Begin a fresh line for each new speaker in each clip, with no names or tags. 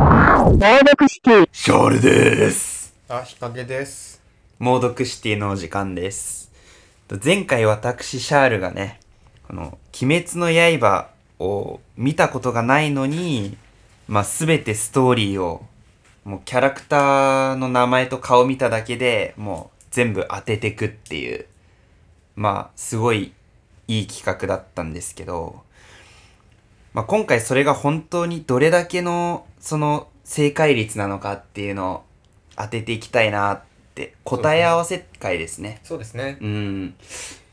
朗読シティ。
ショールです。
あ、日陰です。
モードクシティのお時間です。と前回私、シャールがね、この、鬼滅の刃を見たことがないのに、まあ、すべてストーリーを、もうキャラクターの名前と顔見ただけでもう全部当ててくっていう、まあ、すごいいい企画だったんですけど、まあ、今回それが本当にどれだけの、その、正解率なのかっていうのを当てていきたいなって、答え合わせ会ですね。
そうですね。
うん。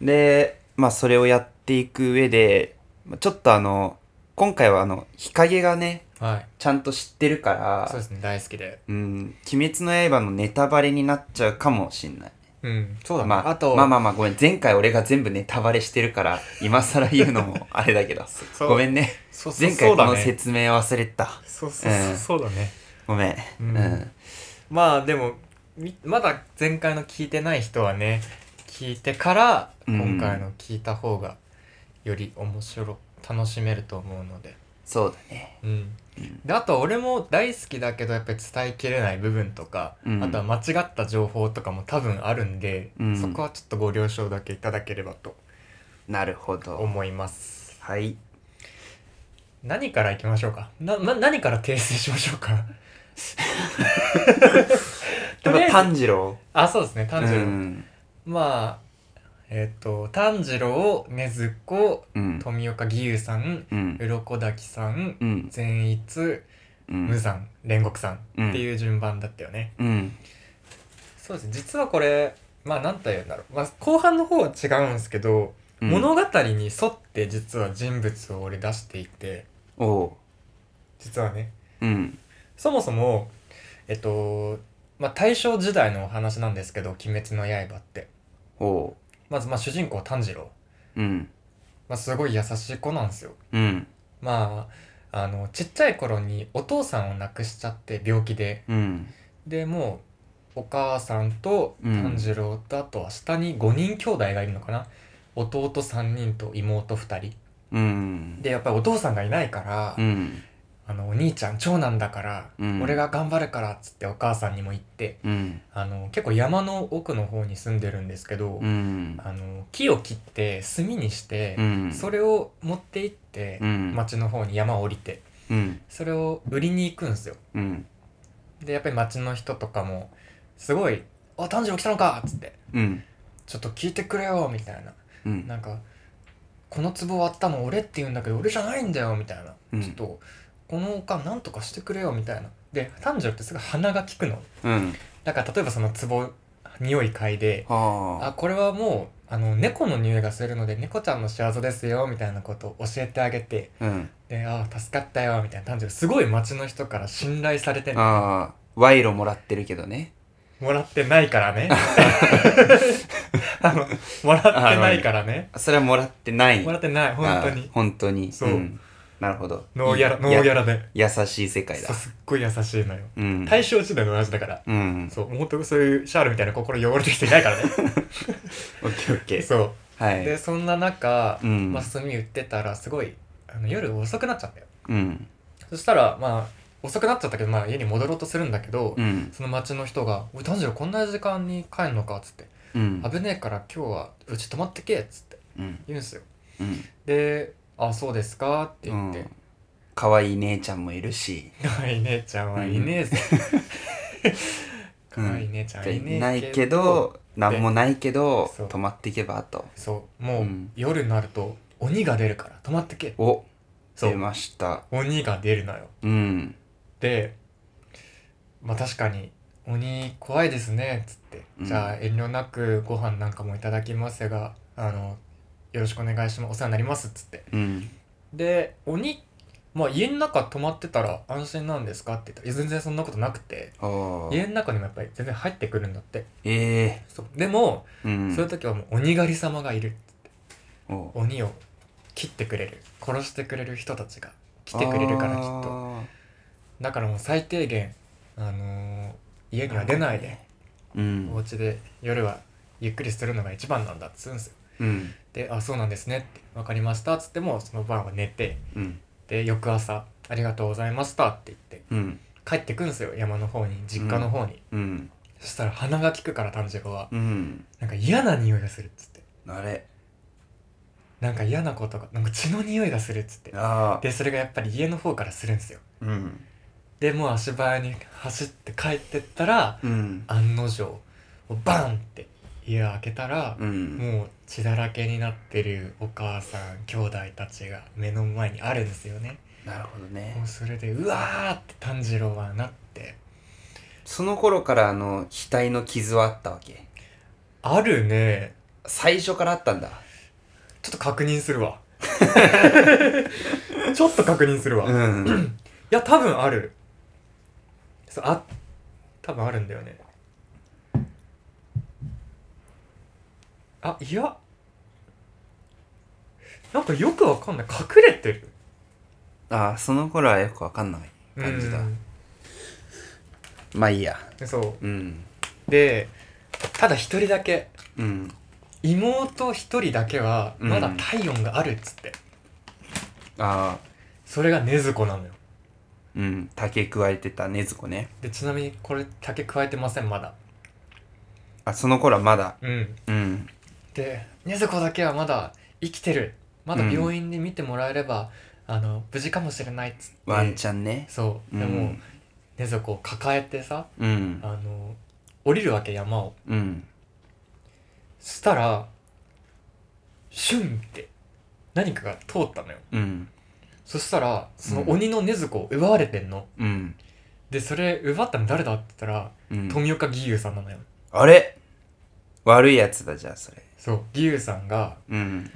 で、まあそれをやっていく上で、まあちょっとあの、今回はあの、日陰がね、
はい。
ちゃんと知ってるから、
そうですね。大好きで。
うん、鬼滅の刃のネタバレになっちゃうかもしんない。
うん。そうだね。
まあ、
あと、
まあまあまあごめん、前回俺が全部ネタバレしてるから、今更言うのもあれだけど、
そ う
ごめんね。
そうそう
前回
そう
こ
だ
の
ね。
説明忘れてた。
そうそうそう
うん
そうだね。
ごめん。う
うん
ん。
まあでも、みまだ前回の聞いてない人はね、聞いてから、
うん
今回の聞いた方が、より面白、楽しめると思うので。
そうだね。
うん。で、あと俺も大好きだけど、やっぱり伝えきれない部分とか、
うん
あとは間違った情報とかも多分あるんで、
うん
そこはちょっとご了承だけいただければと
なるほど。
思います。
はい。
何から行きましょうかな、な、何から訂正しましょうか
や
と
っ
り
ぱ
あえず
炭治郎。
あ、そうですね、炭治郎。
うん。
まあ、えっ、と、炭治郎、禰豆子、
うん。
富岡義勇さん、
うん。
鱗滝さん
う、ん。
善逸、
うん
無惨、煉獄さ
うん
んっていう順番だったよね。
うん。
そうですね、実はこれ、まあ、なんと言うんだろう。まあ、後半の方は違うんですけど、
うん
物語に沿って実は人物を俺出していて、
おう。
実はね、
うん。
そもそも、えっと、まあ、大正時代のお話なんですけど、鬼滅の刃って。
おう。
まず、まあ、主人公炭治郎。
うん。
まあ、すごい優しい子なんですよ。
うん。
まあ、あの、ちっちゃい頃にお父さんを亡くしちゃって、病気で。
うん。
で、もう、お母さんと
うん
炭治郎と、あとは下に5人兄弟がいるのかな。弟3人と妹2人。
うん。
で、やっぱりお父さんがいないから、
うん。
あの、お兄ちゃん、長男だから、
うん
俺が頑張るから、つってお母さんにも言って、
うん。
あの結構山の奥の方に住んでるんですけど、
うん。
あの木を切って炭にして、
うん。
それを持って行って、
うん。
町の方に山を降りて
うん。
それを売りに行くんですよ
うん。
でやっぱり町の人とかもすごい「あ炭治郎来たのか!」っつって
うん。
「ちょっと聞いてくれよ」みたいな
うん。
なんか「この壺割ったの俺って言うんだけど俺じゃないんだよ」みたいな、
うん
ちょっと「このおかんなんとかしてくれよ」みたいなで炭治郎ってすぐ鼻が利くの
うん。
だから例えばその壺匂い嗅いであ
はあ。
これはもうあの猫の匂いがするので猫ちゃんの仕業ですよみたいなことを教えてあげて
うん。
でああ助かったよみたいな感じですごい町の人から信頼されてんの
ああ。賄賂もらってるけどね。
もらってないから ねあのもらってないからね
それはもらってない。
もらってない本当
ああ
に
本当に。
そうん
なるほど。
ノーギャラ
い
ノーギャ
や
ラで
優しい世界
そ
だ
う。すっごい優しいのよ
うん。
大正時代の話だから
うん。
そう本当そういうシャールみたいな心汚れてきていないからね
オッケーオッ ケー。
そ
は
うで
い。
そんな中、
うん
まあ、炭売ってたらすごいあの夜遅くなっちゃったよ
うん。
そしたら、まあ、遅くなっちゃったけど、まあ、家に戻ろうとするんだけど、
うん。
その町の人が「おい炭治郎こんな時間に帰んのか」っつって
うん
「危ねえから今日はうち泊まってけ」っつって
うん。
言うんすよ
うん。
で「あそうですか」って言って
かわいい姉ちゃんもいるし。
「可愛、い姉ちゃんはいねえぜ」可愛い姉ちゃんはいねえ
ないけど何もないけど
そう
泊まっていけばと
そうもう、
うん
夜になると鬼が出るから泊まってけ
お
そ
出
う
ました
鬼が出るのよ
うん
でまあ確かに「鬼怖いですね」っつって、
うん
じゃあ遠慮なくご飯なんかもいただきますがあのよろしくお願いしますお世話になります」っつって
うん
で鬼まあ家の中泊まってたら安心なんですかって言ったらいや全然そんなことなくて
あー
家の中にもやっぱり全然入ってくるんだって
え
そうでも、
えうん
そういう時はもう鬼狩り様がいる
お
鬼を切ってくれる殺してくれる人たちが来てくれるからきっと
あ
だからもう最低限、あのー家には出ないで、
ーうん
お家で夜はゆっくりするのが一番なんだっつうんですよ
うん
で「あそうなんですね」って「分かりました」っつってもうその晩は寝て
うん
で翌朝「ありがとうございました」って言って
うん
帰ってくんですよ山の方に実家の方に、
うん
そしたら鼻が利くから炭治郎は
うん
なんか嫌な匂いがするっつって
あれ
なんか嫌なことがなんか血の匂いがするっつって
ああ
でそれがやっぱり家の方からするんですよ
うん
でもう足早に走って帰ってったら
うん
案の定をバンって家開けたら
う、ん
もう血だらけになってるお母さん兄弟たちが目の前にあるんですよね
なるほど
も
ね
うそれでうわーって炭治郎はなって
その頃からあの額の傷はあったわけ
あるね
最初からあったんだ
ちょっと確認するわちょっと確認するわ、い
ん
や多分あるそうあ多分あるんだよねあいやなんかよくわかんない隠れてる
ああその頃はよくわかんない感じだまあいいや
うんそう
うん
でただ一人だけ
うん
妹一人だけは
うん
まだ体温があるっつって、
ああ
それが禰豆子なのよ
うん竹加えてた禰豆子ね
でちなみにこれ竹加えてませんまだ
あその頃はまだ
うん
うん
で禰豆子だけはまだ生きてるまだ病院に見てもらえれば、あの無事かもしれないっつって
ワンち
ゃん
ゃんね
そうでも禰豆子を抱えてさ
うん
あの降りるわけ山を
うん
そしたらシュンって何かが通ったのよ
うん
そしたらその鬼の禰豆子を奪われてんの、
うん
でそれ奪ったの誰だって言ったら、
うん
富岡義勇さんなのよ
あれ悪いやつだじゃあそれ
そう義勇さんが
うん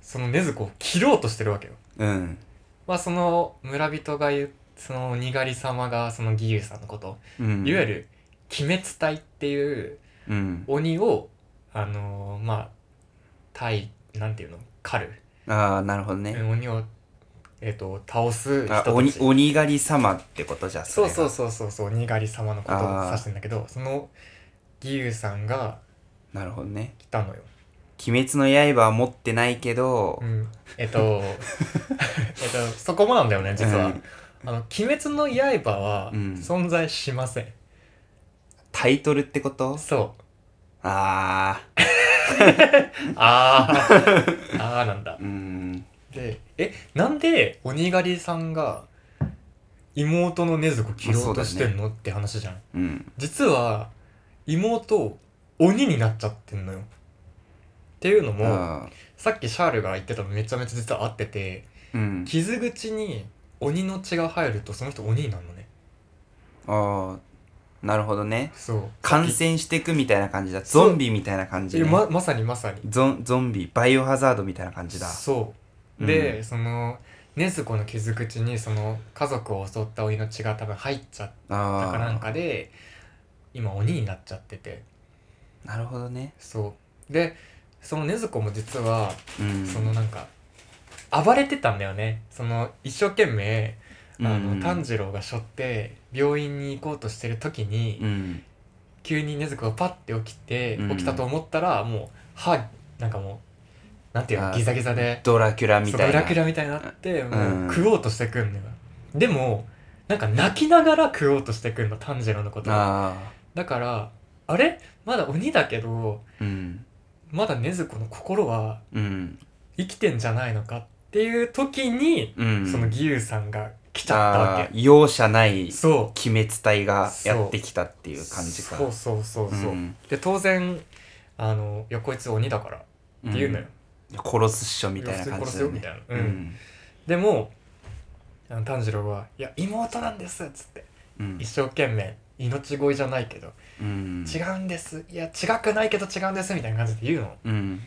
その禰豆子を切ろうとしてるわけよ
うん
まあその村人が言うその鬼狩り様がその義勇さんのこと、
うん
いわゆる鬼滅隊っていう
うん
鬼をあのーまあ隊なんていうの狩る、
ああなるほどね
鬼をえっ、と倒す人た
あ
ち
鬼鬼狩り様ってことじゃ
そうそううそうそうそう鬼狩り様のことを指してんだけどその義勇さんが
なるほどね
来たのよ
鬼滅の刃は持ってないけど
うん、えっ とえっとそこもなんだよね実は、
うん
あの「鬼滅の刃」は
うん
存在しません、
タイトルってこと
そう
ああ
あー あーなんだ
うん
でえなんで鬼狩りさんが妹の禰豆子切ろうとしてんの、って話じゃん
うん
実は妹鬼になっちゃってんのよっていうのも
あ
さっきシャールが言ってたのめちゃめちゃ実は合ってて
ーうん
傷口に鬼の血が入るとその人鬼になるのね
ああなるほどね
そう
感染していくみたいな感じだ
そう
ゾンビみたいな感じ、
え
ね
ままさにまさに
ゾンゾンビバイオハザードみたいな感じだ
そう
うん
で、その禰豆子の傷口にその家族を襲った鬼の血が多分入っちゃっ
あ
た
あ
かなんかで今鬼になっちゃってて
なるほどね
そうでその禰豆子も実は
うん
そのなんか暴れてたんだよねその一生懸命あの、
うん
炭治郎が背負って病院に行こうとしてる時に、
うん
急に禰豆子がパッて起きて、
うん
起きたと思ったらもう歯なんかもうなんていうの
あ
ギザギザで
ドラキュラみ
そう
たい
ド
な
ラキュラみたいになっても
うん
う食おうとしてくんのよ、でもなんか泣きながら食おうとしてくんの炭治郎のことだ
あ
からあれまだ鬼だけど
あうん
まだ禰豆子の心は
うん
生きてんじゃないのかっていう時に、
うん
その義勇さんが来ちゃったわ
ああ
け
容赦ない
そ
鬼滅隊がやってきたって
う
いう感じか
そうそうそうそう、
ん
で当然あのいやこいつ鬼だからって言うのよ、
殺すっしょみたいな感
普通に殺
じ
す
だ
よ
よ
み
ね
たいな、
う
うん
ん
でもあの炭治郎は「いや妹なんです」っつって
うん
一生懸命命乞いじゃないけど、
うん
違うんですいや違くないけど違うんですみたいな感じで言うの
うん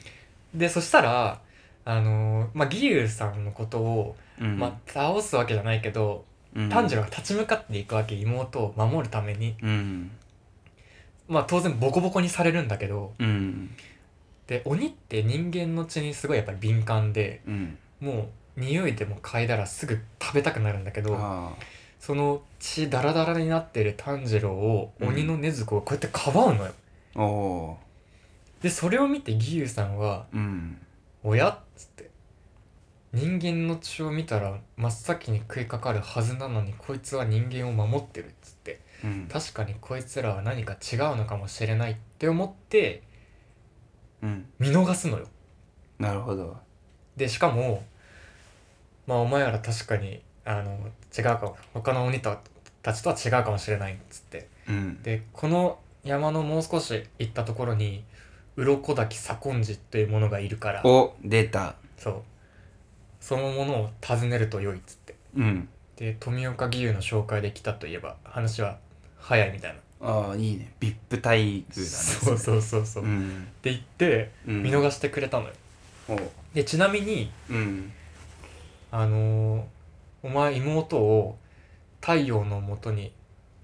でそしたらあのーまあ義勇さんのことを、
うん
まあ、倒すわけじゃないけど、
うん
炭治郎が立ち向かっていくわけ妹を守るために
うん
まあ当然ボコボコにされるんだけど
うん
で鬼って人間の血にすごいやっぱり敏感で
うん
もう匂いでも嗅いだらすぐ食べたくなるんだけど
ああ
その血ダラダラになってる炭治郎を鬼の禰豆子がこうやってかばうのよ。
おお
でそれを見て義勇さんは
ーうん
「おや?」っつって人間の血を見たら真っ先に食いかかるはずなのにこいつは人間を守ってるっつって
うん
確かにこいつらは何か違うのかもしれないって思って
うん
見逃すのよ
なるほど
でしかもまあお前ら確かにあの違うかも他の鬼たたちとは違うかもしれないっつって
うん
でこの山のもう少し行ったところに鱗滝左近寺というものがいるから
お出た
そうそのものを訪ねると良いっつって
うん
で富岡義勇の紹介で来たといえば話は早いみたいな、
ああいいね VIP 待遇だね
そう
う
そうそうそう、
う
って
ん
言って
うん
見逃してくれたのよ、
お
でちなみに
うん
あのーお前妹を太陽のもとに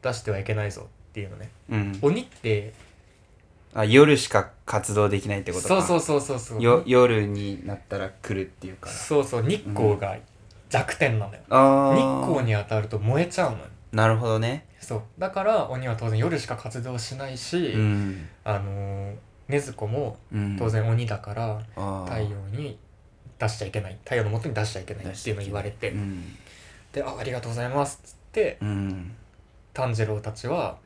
出してはいけないぞっていうのね
うん
鬼って
あ夜しか活動できないってことか
そうそうそうそうそう
よ夜になったら来るっていうから
そうそう日光が弱点なのよ、
ああ
日光に当たると燃えちゃうのよ
なるほどね
そうだから鬼は当然夜しか活動しないし、
うん、
あのー禰豆子も
うん、
当然鬼だから
あー
太陽に出しちゃいけない太陽のもとに出しちゃいけないっていうのを言われて、
うん
であ「ありがとうございます」っつって
うん
炭治郎たちは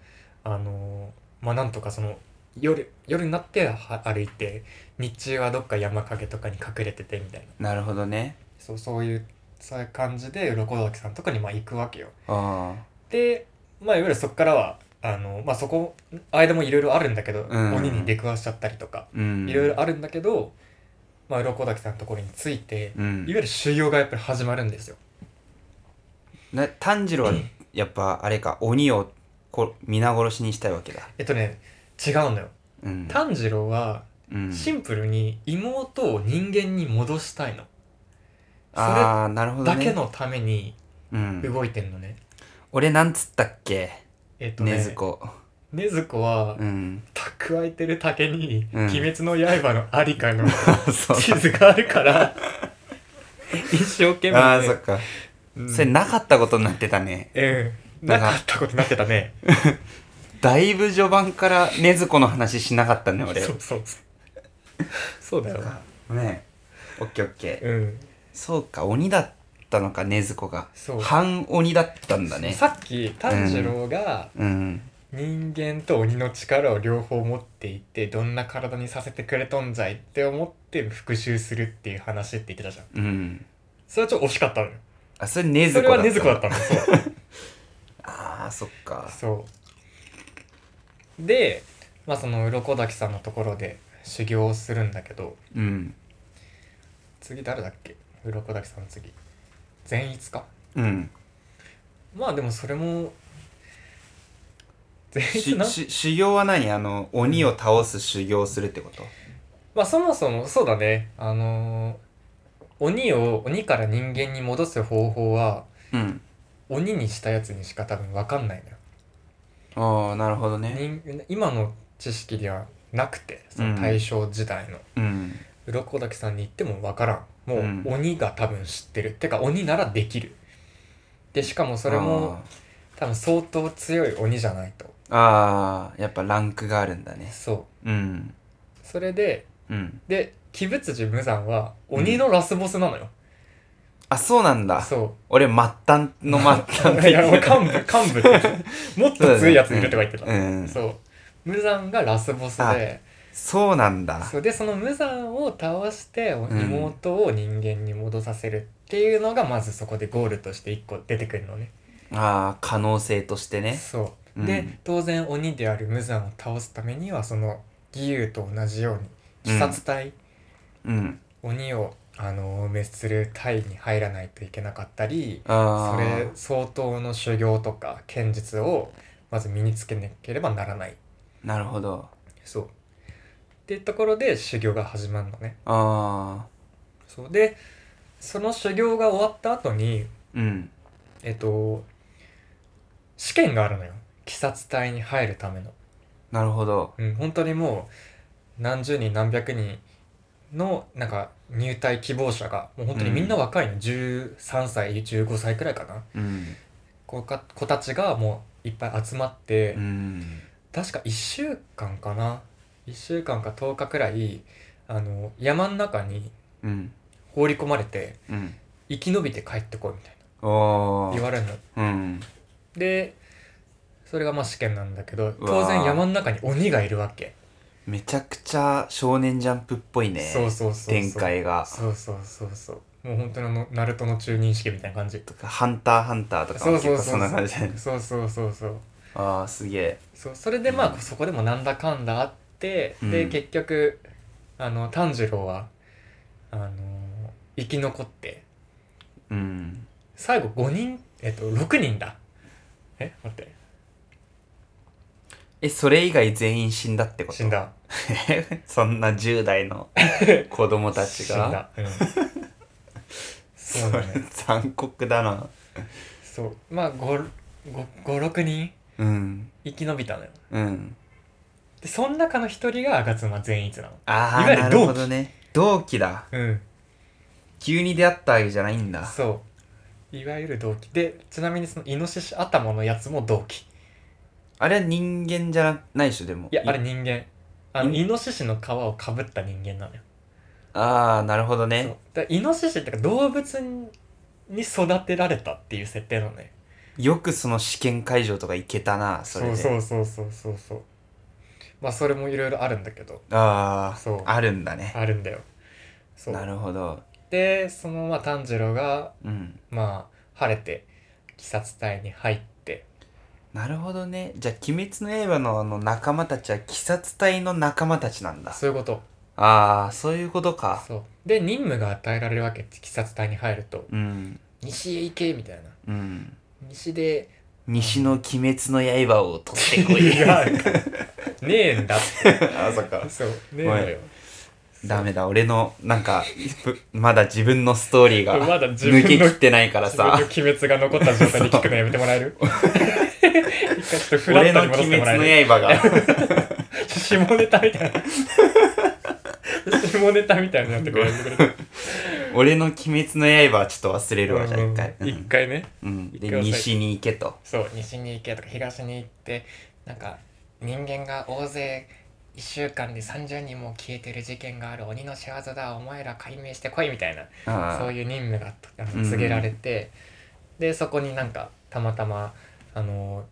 あのーまあなんとかその夜夜になっては歩いて日中はどっか山陰とかに隠れててみたいな
なるほどね
そうそういうそういう感じで鱗崎さんとかにまあ行くわけよ。
ああ
で、まあ、いわゆるそこからはあの、まあ、そこ間もいろいろあるんだけど、
うん
鬼に出くわしちゃったりとか
うん
いろいろあるんだけど、まあ、鱗滝さんのところについて、
う
いわ
ん
ゆる修行がやっぱり始まるんですよ。
な炭治郎はやっぱあれか鬼をこ皆殺しにしたいわけだ
えっとね違うのよ
うん
炭治郎は
うん
シンプルに妹を人間に戻したいの、
ああなるほど
だ
ね
けのために
うん、
動いてんのね、
俺なんつったっけ
えっと
禰
ね
豆子
禰豆子は
うん
蓄えてる竹に「
うん
鬼滅の刃」のありか の
そう
地図があるから一生懸命
ああそっか、
うん
それなかったことになってたね
うん
な
なん
か
かあったことになってたね
だいぶ序盤から禰豆子の話しなかったね俺
そうそうそうだよ
ねオッケーオッケー、
うん
そうか鬼だったのか禰豆子が
そう
半鬼だったんだね
さっき炭治郎が
うん
人間と鬼の力を両方持っていてどんな体にさせてくれとんじゃいって思って復讐するっていう話って言ってたじゃん
うん
それはちょっと惜しかったのよ
あそれ禰
そ
豆
れ
子
は
だ
禰豆
った
子だったのそう
ああそっか
そうでまあその鱗滝さんのところで修行をするんだけど
うん
次誰だっけ鱗滝さんの次善逸か
うん
まあでもそれも善逸
し
な
し修行は何あの鬼を倒す修行をするってこと
まあそもそもそうだねあのー鬼を鬼から人間に戻す方法は
うん
鬼にしたやつにしか多分分かんないのよ
ああなるほどね
人今の知識ではなくてそ
うん
の大正時代の、
うん
鱗滝さんに言っても分からんもう、
うん
鬼が多分知ってるてか鬼ならできるでしかもそれも多分相当強い鬼じゃないと
あーあーやっぱランクがあるんだね
そう
うん
それで
うん
で鬼舞辻無惨は鬼のラスボスなのよ、
あそうなんだ
そう
俺末端の末端
いや、もう幹部、幹 部って。もっと強いやついるとか言ってた。
うん
そう。無惨がラスボスで、
そうなんだ
そうで、その無惨を倒して、
ん
妹を人間に戻させるっていうのが、まずそこでゴールとして一個出てくるのね。
ああ可能性としてね
そう。
うん
で、当然鬼である無惨を倒すためには、その、義勇と同じように、鬼殺隊、
うん
鬼を、あの滅する隊に入らないといけなかったり、
ああ
それ相当の修行とか剣術をまず身につけなければならない
なるほど
そうっていうところで修行が始まるのね
ああ
そうでその修行が終わった後に
うん
えっと試験があるのよ鬼殺隊に入るための
なるほど
うん本当にもう何十人何百人のなんか入隊希望者がもう本当にみんな若いの、13歳15歳くらいかな
うん
子か子たちがもういっぱい集まって、
うん
確か1週間かな1週間か10日くらいあの山の中に
うん
放り込まれて
うん。
生き延びて帰ってこいみたい
お
な言
ー。
われるの
うん。
でそれがまあ試験なんだけど
うわー
当然山の中に鬼がいるわけ
めちゃくちゃ少年ジャンプっぽいね。
そうそうそうそう
展開が。
そうそうそうそうもう本当にあのナルトの中認識みたいな感じ
とか、ハンターハンターとかも結構そんな感じだよね。
そうそうそうそう
ああ、すげえ。
そうそれでまあ、
うん
そこでもなんだかんだあって、
う
で
ん
結局あの炭治郎はあの生き残って
うん。
最後5人えっと6人だえ待って
え、それ以外全員死んだってこと
死ん。だ
え そんな10代 の子供たち
死ん
が。
だ、うん、 そ
そ
うだ
れ
ね
残酷だな。
そうまあ56人
うん。
生き延びたのよ
うん。
でその中の一人が吾妻善逸なの
ああ、
いわゆる
な
同
る
期
ほどね。同期だ。
うん
急に出会ったわけじゃないんだ。
そういわゆる同期でちなみにそのイノシシ頭のやつも同期
あれは人間じゃないでしょ、でも。
いやあれ。人間あの
ん
イノシシの皮をかぶった人間なのよ
ああ、なるほど
そう
ね。
だからイノシシってか動物に育てられたっていう設定なのね
よくその試験会場とか行けたな、それ
う
で。
そうそうそうそうそうまあそれもいろいろあるんだけど
ああ、
そう
あるんだね。
あるんだよそ
な
う
るほど。
でそのまあ炭治郎が
うん。
まあ晴れて鬼殺隊に入って
なるほどね。じゃあ、鬼滅の刃のあの仲間たちは鬼殺隊の仲間たちなんだ。
そういうこと
ああ、そういうことか。
そうで任務が与えられるわけ鬼殺隊に入ると
うん。
西へ行けみたいな
うん。
西 で
西の鬼滅の刃を取ってこい。
違うね えんだって
あ、そっか。
そうねえのよ
ダメだ、俺の、なんか、ぶまだ自分のストーリーが
まだ自分の
抜けきってないから
自分の
さ
鬼。滅が残った状態で聞くのやめてもらえ る一回ちょっとフラ
俺
ッ
の
トに
鬼滅
戻しても
の
らえる
刃が。
下ネタみたいな下ネタみたいになってくれる
俺の鬼滅の刃はちょっと忘れるわ、じゃあ
うん
一回。
一回ね
うん。で
一、回押さえて
西に行けと。
そう西に行けとか東に行ってなんか人間が大勢1週間で30人も消えてる事件がある鬼の仕業だお前ら解明してこいみたいな
あ
そう
あ
いう任務があの
うん
告げられて、でそこになんかたまたまあの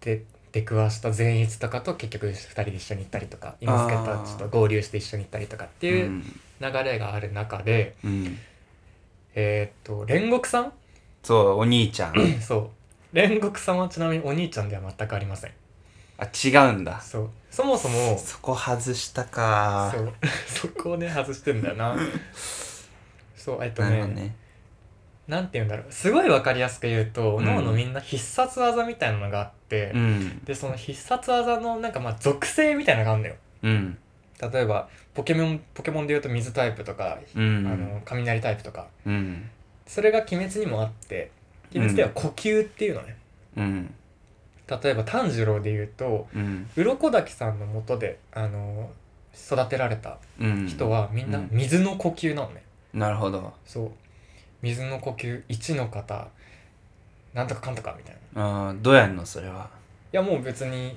で出くわした善逸とかと結局2人で一緒に行ったりとか今助けたちょっと合流して一緒に行ったりとかって
う。
いうん流れがある中で、
うん。
えーっと煉獄さん
そう、お兄ちゃ ん。
そう煉獄さんはちなみにお兄ちゃんでは全くありません
あ、違うんだ。
そうそもそも
そこ外したか
そ。う そこをね外してんだよなそうえっと
なるほど
ね
ね。
なんて言うんだろうすごい分かりやすく言う
う
と、お
ん
のおのみんな必殺技みたいなのがあって、
うん。
でその必殺技のなんかまあ属性みたいなのがあるんだよ
うん。
例えばポケモンポケモンで言うと水タイプとか、
う
あ
ん。
の雷タイプとか
うん。
それが鬼滅にもあって鬼滅では呼吸っていうのね、
うん。
例えば炭治郎で言うと
うん。
鱗滝さんのもとであの育てられた
うん。
人。はみんな
うん
水の呼吸なのね、
なるほど。
そう水の呼吸1の方なんとかかんとかみたいな
ああ、どうやんの、それは。
いやもう別に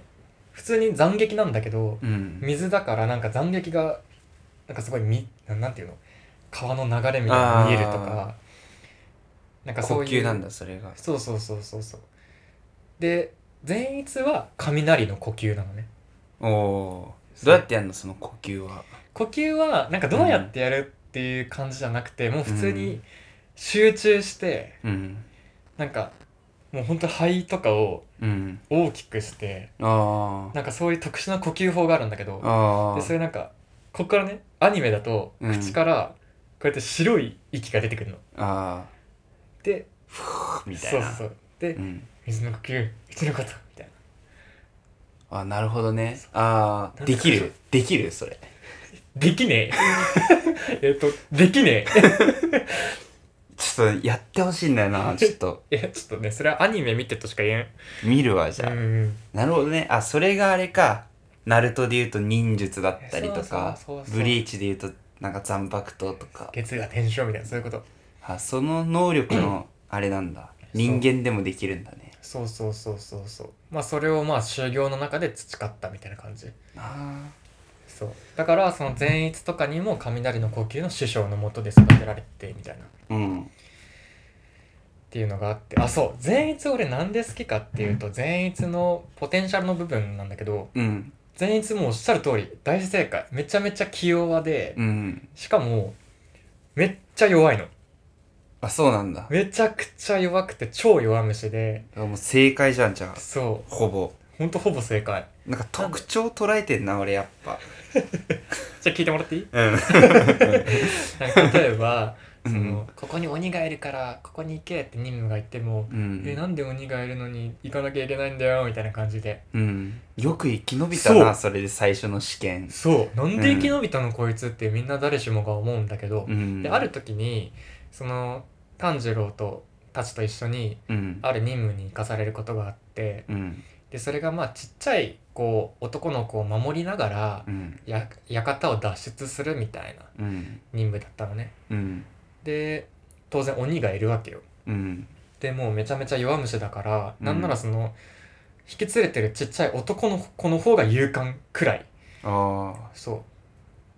普通に斬撃なんだけど
うん。
水だからなんか斬撃がなんかすごいみななんていうの川の流れみたいなの見えるとかなんかそ
呼
ういう
吸なんだ、それが。
そうそうそうそうそうで善逸は雷の呼吸なのね
おおー。どうやってやんの、その呼吸は。
呼吸はなんかどうやってやるっていう感じじゃなくて、もう普通に集中して
うん。
なんかもうほんと肺とかを
うん。
大きくして
ああ。
なんかそういう特殊な呼吸法があるんだけど
ああ。
でそれなんかこっからねアニメだと
うん
口からこうやって白い息が出てくるの、
あ
で
あ。みたいな。
そうそうそうで、
うん、
水の呼吸うちのことみたいな
あなるほどねああ
なんで
できるできるそれ
できねえ えっとできね
ちょっとやってほしいんだよ なちょっと
えいやちょっとねそれはアニメ見てとしか言
見るわじ
え
ゃあ、
んうん
なるほどねあそれがあれかナルトで言うと忍術だったりとか
そうそうそうそう
ブリーチで言うとなんか残白刀とか
月が転生みたいなそういうこと
あその能力 のあれなんだ
そう
人間でもできるんだね
そうそうそうそうそうまあそれをまあ修行の中で培ったみたいな感じ
あ
そうだからその善逸とかにも雷の呼吸の師匠のもとで育てられてみたいなっ
うん。
ていうのがあってあそう善逸俺なんで好きかっていうと善逸のポテンシャルの部分なんだけど
うん。
善逸もおっしゃる通り大正解めちゃめちゃ器用派で
うん。
しかもめっちゃ弱いの
あ、そうなんだ。だか
めちゃくちゃ弱くて超弱虫で
らもう正解じゃん、じゃあ。
そ
ほぼ。
うほんとほぼ正解
なんか特徴捉えてんな、俺やっぱ。
じゃあ聞いてもらっていい
うん。
なんか例えば
う
そ
ん
のここに鬼がいるからここに行けって任務が言っても、
うん。
えなんで鬼がいるのに行かなきゃいけないんだよみたいな感じで
うん。よく生き延びたな、
そ
それで最初の試験。
そうなんで生き延びたのこいつってみんな誰しもが思うんだけど、
うん。
である時にその炭治郎とたちと一緒に
うん。
ある任務に行かされることがあって
うん。
でそれがまあちっちゃいこう男の子を守りながら
うん。
や館を脱出するみたいな
うん。
任務だったのね
うん。
で当然鬼がいるわけよ
うん。
でもうめちゃめちゃ弱虫だから、
うん
なんならその引き連れてるちっちゃい男の子の方が勇敢くらい
ああ。
そ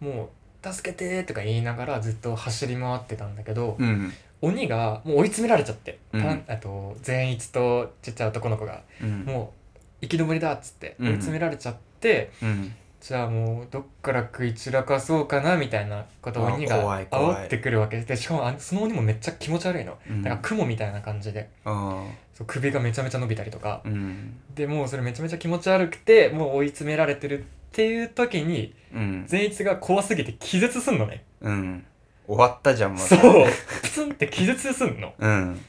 うもう「助けて」とか言いながらずっと走り回ってたんだけど、
うん。
鬼がもう追い詰められちゃって、
うん
たあと善逸とちっちゃい男の子が
うん。
もう行き止りだっつって
う
追
ん
い詰められちゃって、
うん。
じゃあもうどっから食い散らかそうかなみたいなことを
あー
鬼が
怖い怖い
煽ってくるわけでしかもあのその鬼もめっちゃ気持ち悪いの、
うん
だから雲みたいな感じで
あ
そう首がめちゃめちゃ伸びたりとか
あ。うん。
でもうそれめちゃめちゃ気持ち悪くてもう追い詰められてるっていう時に
うん。
善逸が怖すぎて気絶すんのね
うん。終わったじゃん、ま
そ
だ
うプツンって気絶すんの
うん。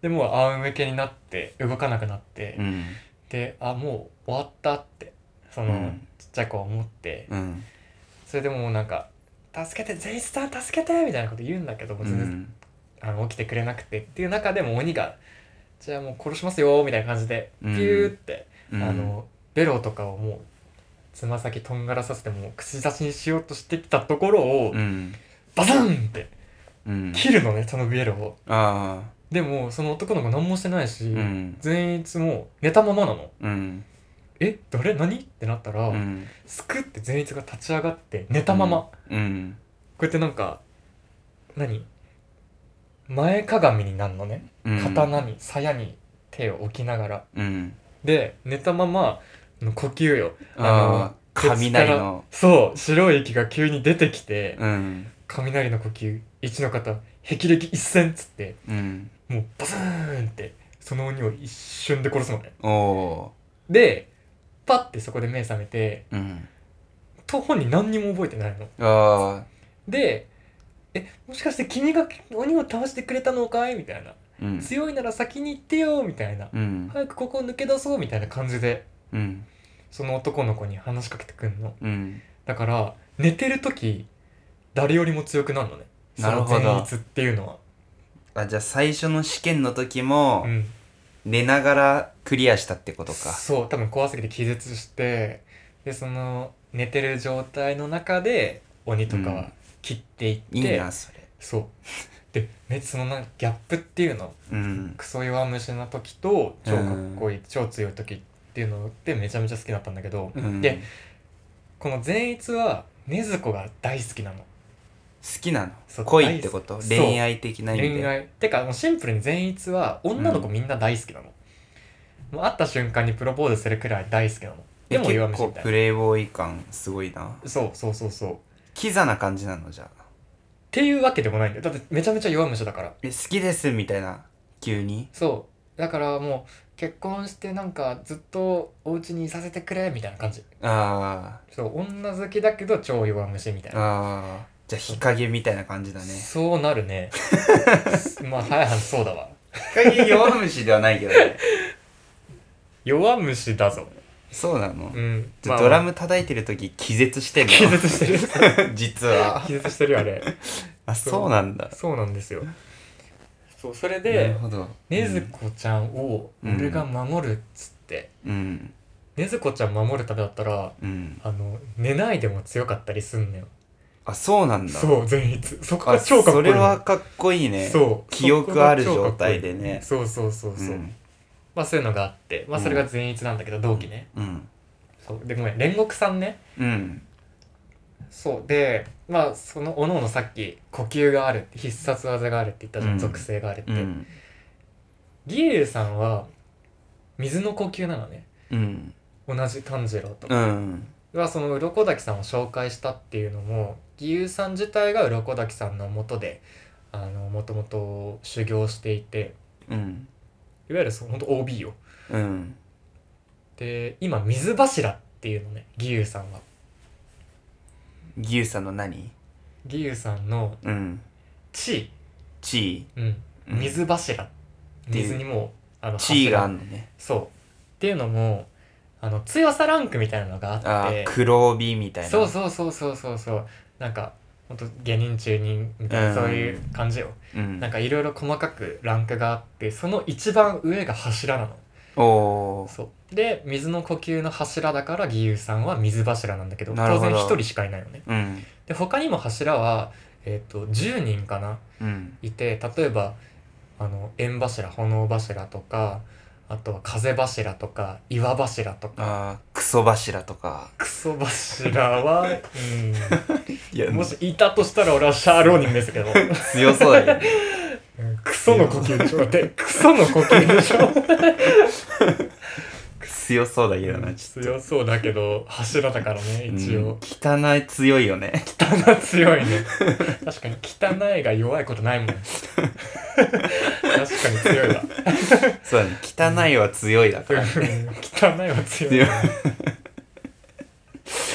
でもう仰向けになって動かなくなって、
うん。
であもう終わったってその、
うん
ちっちゃい子は思って、
うん。
それでもうなんか「助けて善逸さん助けて!」みたいなこと言うんだけども
う
う全然、
ん。
あの起きてくれなくてっていう中でも鬼が「じゃあもう殺しますよ」みたいな感じで
う
ピ
ん
ューって。
うん
あ、のベロとかをもうつま先とんがらさせてもう口出しにしようとしてきたところを、
うん。
バサンって
うん。
切るのねそのベロを
ああ。
でもその男の子何もしてないし、
うん。
全員いつも寝たままなの
うん。
え誰何ってなったら、
うん。
すくって全員が立ち上がって寝たまま、こ
うん。
うやってなんか何前かがみになるのね
うん。
刀に鞘に手を置きながら
うん。
で寝たままの呼吸よ
ああ。
口から
雷の。
そう白い息が急に出てきて、
うん。
雷の呼吸一の方霹靂一閃っつって
うん。
もうバスーンってその鬼を一瞬で殺すのね
おお
でパッてそこで目覚めて
ー。うん。
と本人何にも覚えてないの
ああ。
でえもしかして君が鬼を倒してくれたのかいみたいな
うん。
強いなら先に行ってよみたいな
うん。
早くここを抜け出そうみたいな感じで
うん。
その男の子に話しかけてくんの
うん。
だから寝てる時誰よりも強くなるのね
なるほど
その善逸っていうのは
あ、じゃあ最初の試験の時も
う、ん
寝ながらクリアしたってことか。
そう多分怖すぎて気絶してでその寝てる状態の中で鬼とか
うん
は切っていって、
いいな、それ。
そうでめそのなギャップっていうの
うん。
クソ弱虫な時と超かっこいい、超強い時っていうのでめちゃめちゃ好きだったんだけど、
うん
でこの善逸は禰豆子が大好きなの
好きな
そ
の
う
恋ってこと
大好き
恋愛的な意味
恋
で。
愛てかもうシンプルに善逸は女の子
うん
みんな大好きなの、もう会った瞬間にプロポーズするくらい大好きなので
で
も
も
弱
結
虫
構
みたい
プ
な
レイボーイ感すごいな。
そうそうそうそう
キザな感じなのじゃあ。
っていうわけでもないんだよだってめちゃめちゃ弱虫だから
え、好きですみたいな。急に。
そうだからもう結婚してなんかずっとお家にいさせてくれみたいな感じ
あ
そう女好きだけど超弱虫みたい
あ。
な、
ああ。じゃあ日陰みたいな感じだね。
そうなる ねまあ早はそうだわ
日陰弱虫ではないけどね。
弱虫だぞ
そうなの
うん
じゃあドラ
ム
ム叩いてる時気絶してん
気
の
絶して る
実は。
気絶してるよあれ
あ、そうなんだ。
そうなんですよそうそれ
なる
で
ほど。
禰豆子ちゃんを俺が守るっつって、
うん。
禰豆子ちゃん守るためだったら
うん。
あの寝ないでも強かったりすんのよ
あ、そうなんだ。
そう前逸そこ
あ
が超かっこいい
それはかっこいいね。
そう
記憶ある状態でね
そこが超かっこいいそうそうそうそう、
うん
まあそういうのがあってまあそれが前逸なんだけど同期ね、
うん。
そうでごめん煉獄さんね
うん。
そうでまあそのおのおのさっき呼吸があるって必殺技があるって言ったじゃん、
うん
属性があるって、
うん
ギエルさんは水の呼吸なのね
うん
同じ炭治郎と、
うん
はその鱗滝さんを紹介したっていうのも義勇さん自体が鱗滝さんのもとでもともと修行していて
うん
いわゆるその本当 OB よ
うん
で今水柱っていうのね義勇さんは
牛さんの何
義勇さんの
うん
地
地
位、うん、
位、うん、
水柱
ていう
水にもうあの
地位があ
柱
んのね
そうっていうのもあの強さランクみたいなのがあっ
あー
て
黒帯みたいな
そうそうそうそうそうそうなんか本当下人中人みたいな、
うん
そういう感じよ
う、ん、
なんかいろいろ細かくランクがあってその一番上が柱なの
おー
そうで水の呼吸の柱だから義勇さんは水柱なんだけど
なる
当
ほど
然一人しかいないよね
うん
で他にも柱は、えっと10人かな
うん
いて例えばあの縁柱炎柱とかあとは風柱とか岩柱とか
あークソ柱とか
クソ柱は、
い
うん、もしいたとしたら俺はシャーローニングですけど
強そうだけど
クソの呼吸で しょだってクソの呼吸でしょ
強そうだけどなちょっと
強そうだけど柱だからね一
う
応
ん、汚い強いよね
汚強いね確かに汚いが弱いことないもん確かに 強いわ
そうだね汚いは強いだから、
汚いは強い
強い
わ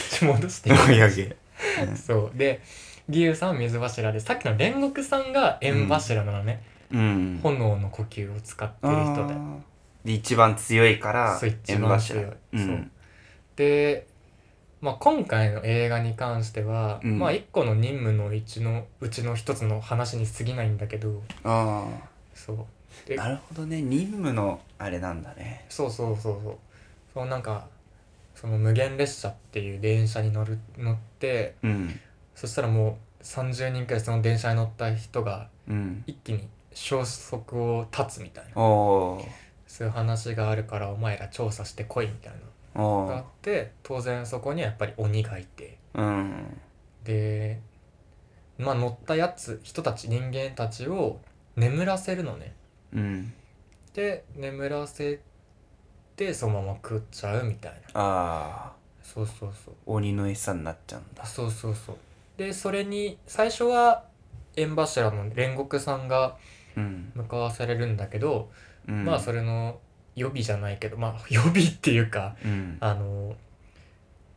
ちょ戻して
いやいや
そうで義勇さんは水柱でさっきの煉獄さんが縁柱なのね、
うん
炎の呼吸を使ってる人で
あーで一番強いから
そう一
縁
番強
柱
い
うん
で、まあ、今回の映画に関しては、
うん
まあ一個の任務のうちのうちの一つの話に過ぎないんだけど
あ
そう
あ
で
なるほどね任務のあれなんだね
そうそうそうそうそうなんかその無限列車っていう電車に乗る乗って
うん
そしたらもう30人くらいその電車に乗った人が
うん
一気に消息を絶つみたいな
おー
そういう話があるからお前ら調査してこいみたいな
お
のがあっ
ー
て当然そこにはやっぱり鬼がいて
うん
でまあ乗ったやつ人たち人間たちを眠らせるのね
うん
で眠らせてそのまま食っちゃうみたいな
ああ
そうそうそう
鬼の餌になっちゃうんだ
あそうそうそうでそれに最初は縁柱の煉獄さんが
うん、
向かわされるんだけど、
うん、
まあそれの予備じゃないけどまあ 予備っていうか
うん
あの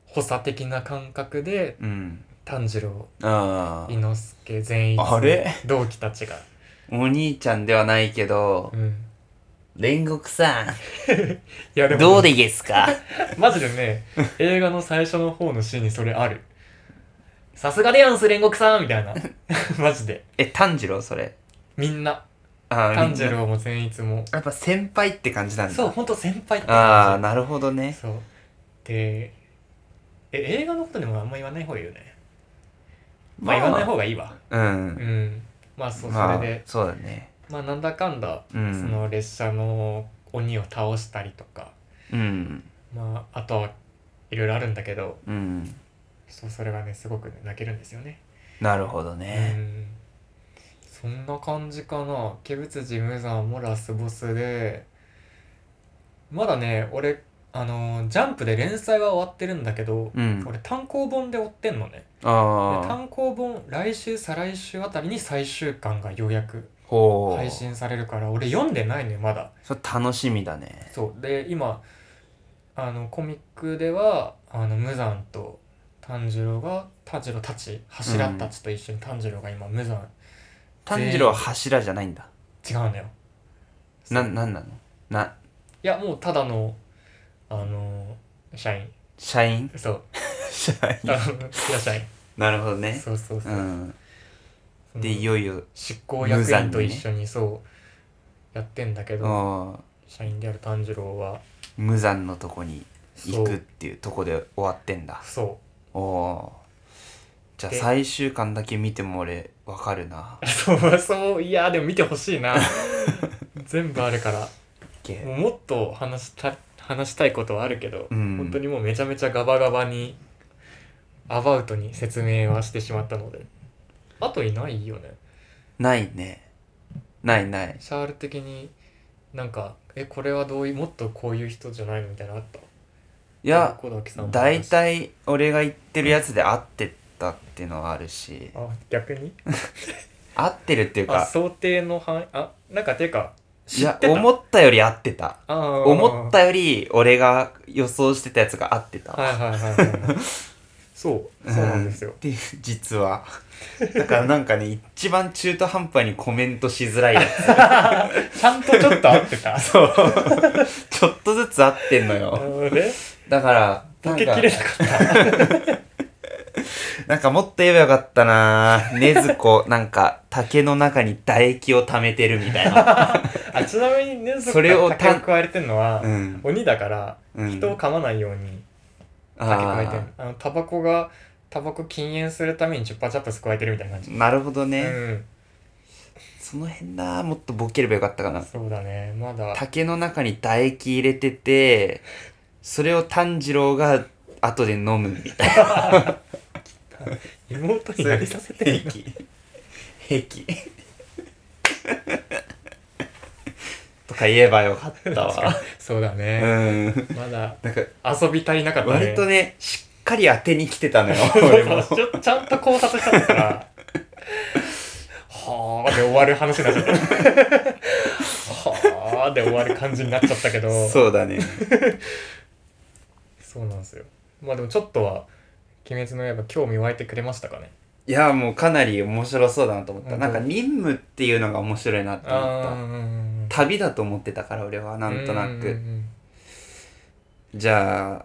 補佐的な感覚で
うん
炭治郎
あ
伊之助善逸
あれ
同期たちが、
あお兄ちゃんではないけど
うん、
煉獄さ
いやで
ん
も
どうでげす か
マジでね映画の最初の方のシーンにそれあるさすがでやんす煉獄さんみたいな マジで
え炭治郎それ
みんな
あーみん
炭
な
治郎も善逸も
やっぱ先輩って感じなんだ
そうほんと先輩って
ああ
感
なるほど
じ
ね
そうでえ映画のことでもあんま言わない方がいいよねまあ言わない方がいいわ
うん
うんまあそうそ
まあ
れで
そうだね
まあなんだかんだ
う
そ
ん
の列車の鬼を倒したりとか
うん
まああとはいろいろあるんだけど
うん
そうそれがねすごくね泣けるんですよね
なるほどね
うんそんな感じかな鬼舞辻無惨もラスボスでまだね俺あのージャンプで連載は終わってるんだけど、
うん、
俺単行本で追ってんのねで
ああ
単行本来週再来週あたりに最終巻がようやく
ほう
配信されるから俺読んでないのよまだ
それ楽しみだね
そうで今あのコミックではあの無惨と炭治郎が炭治郎たち柱たちと一緒に炭治郎が今無惨
炭治郎は柱じゃないんだ
違うのよ
ななんなのない
やもうただのあの社員
社員
そう
社
あの いや社員
なるほどね
そうそうそうう、
ん
その
でいよいよ
執行役
無残
員
に
と
ね
一緒にそうやってんだけど
ああ
社員である炭治郎は
無残のとこに
そ
行くっ
う
ていうとこで終わってんだ
そ
おおーじゃあ
で
最終巻だけ見ても俺わかるな
う そうそういやでも見てほしい な全部あるからもうもっと話した話したいことはあるけど、
うん
本当にもうめちゃめちゃガバガバにアバウトに説明はしてしまったのであといないよね
ないね。ないない。
シャール的になんかえこれはどういうもっとこういう人じゃないのみたいなのあったい
いや、
小崎さんも
大体俺が言ってるやつで合ってったっていうのはあるし、
あ逆に
合ってるっていう
あ
か、
想定の範囲あなんかていうか
いや
た
思ったより合ってた。
あー
思ったより俺が予想してたやつが合ってた。
はいはいはいはいはいそうそうなんですよ
っていう実はだからなんかね一番中途半端にコメントしづらいや
ちゃんとちょっと合ってた
つそうちょっとずつ合ってんの
なる
よ
ほどね
だからな
ボ
ん
ケ
か
きれなかった
なんかもっと言えばよかったな禰豆子なんか竹の中に唾液を溜めてるみたいな
あちなみにね
それを
そっか竹を加えれてるのは、
うん
鬼だから
うん
人を噛まないように竹加えてる、
あ
あのタバコがタバコ禁煙するためにチュッパチャップス加えてるみたいな感じ、
ーなるほどね、
うん
その辺なもっとボケればよかったかな
そうだねまだ
竹の中に唾液入れててそれを炭治郎が後で飲むみたいな
妹になりさせてる
平気とか言えばよかったわ
そうだ
う
ね、
ん
まだ
なんか
遊び足りなかったね
割とねしっかり当てに来てたのよ
そう
俺
そ
も
うちょちゃんと考察したんだからはあで終わる話になっちゃったはあで終わる感じになっちゃったけど
そうだね
そうなんですよまあでもちょっとは「鬼滅の刃」興味湧いてくれましたかね
いやもうかなり面白そうだなと思っ
本
た
当
なんか任務っていうのが面白いなって思った
ああ
旅だと思ってたから俺はなんとなくじゃあ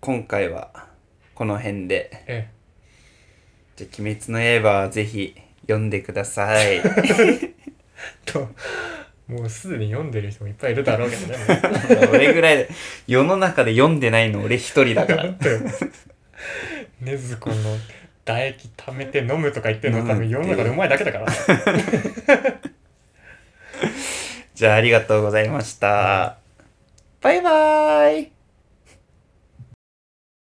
今回はこの辺で
え
じゃあ、鬼滅の刃、ぜひ読んでください。
えともうすでに読んでる人もいっぱいいるだろうけどね
俺ぐらいで、世の中で読んでないの俺一人だか
だ
ら。
って禰豆子の唾液溜めて飲むとか言ってるの多分世の中でうまいだけだから
じゃあ、ありがとうございました。バイバーイ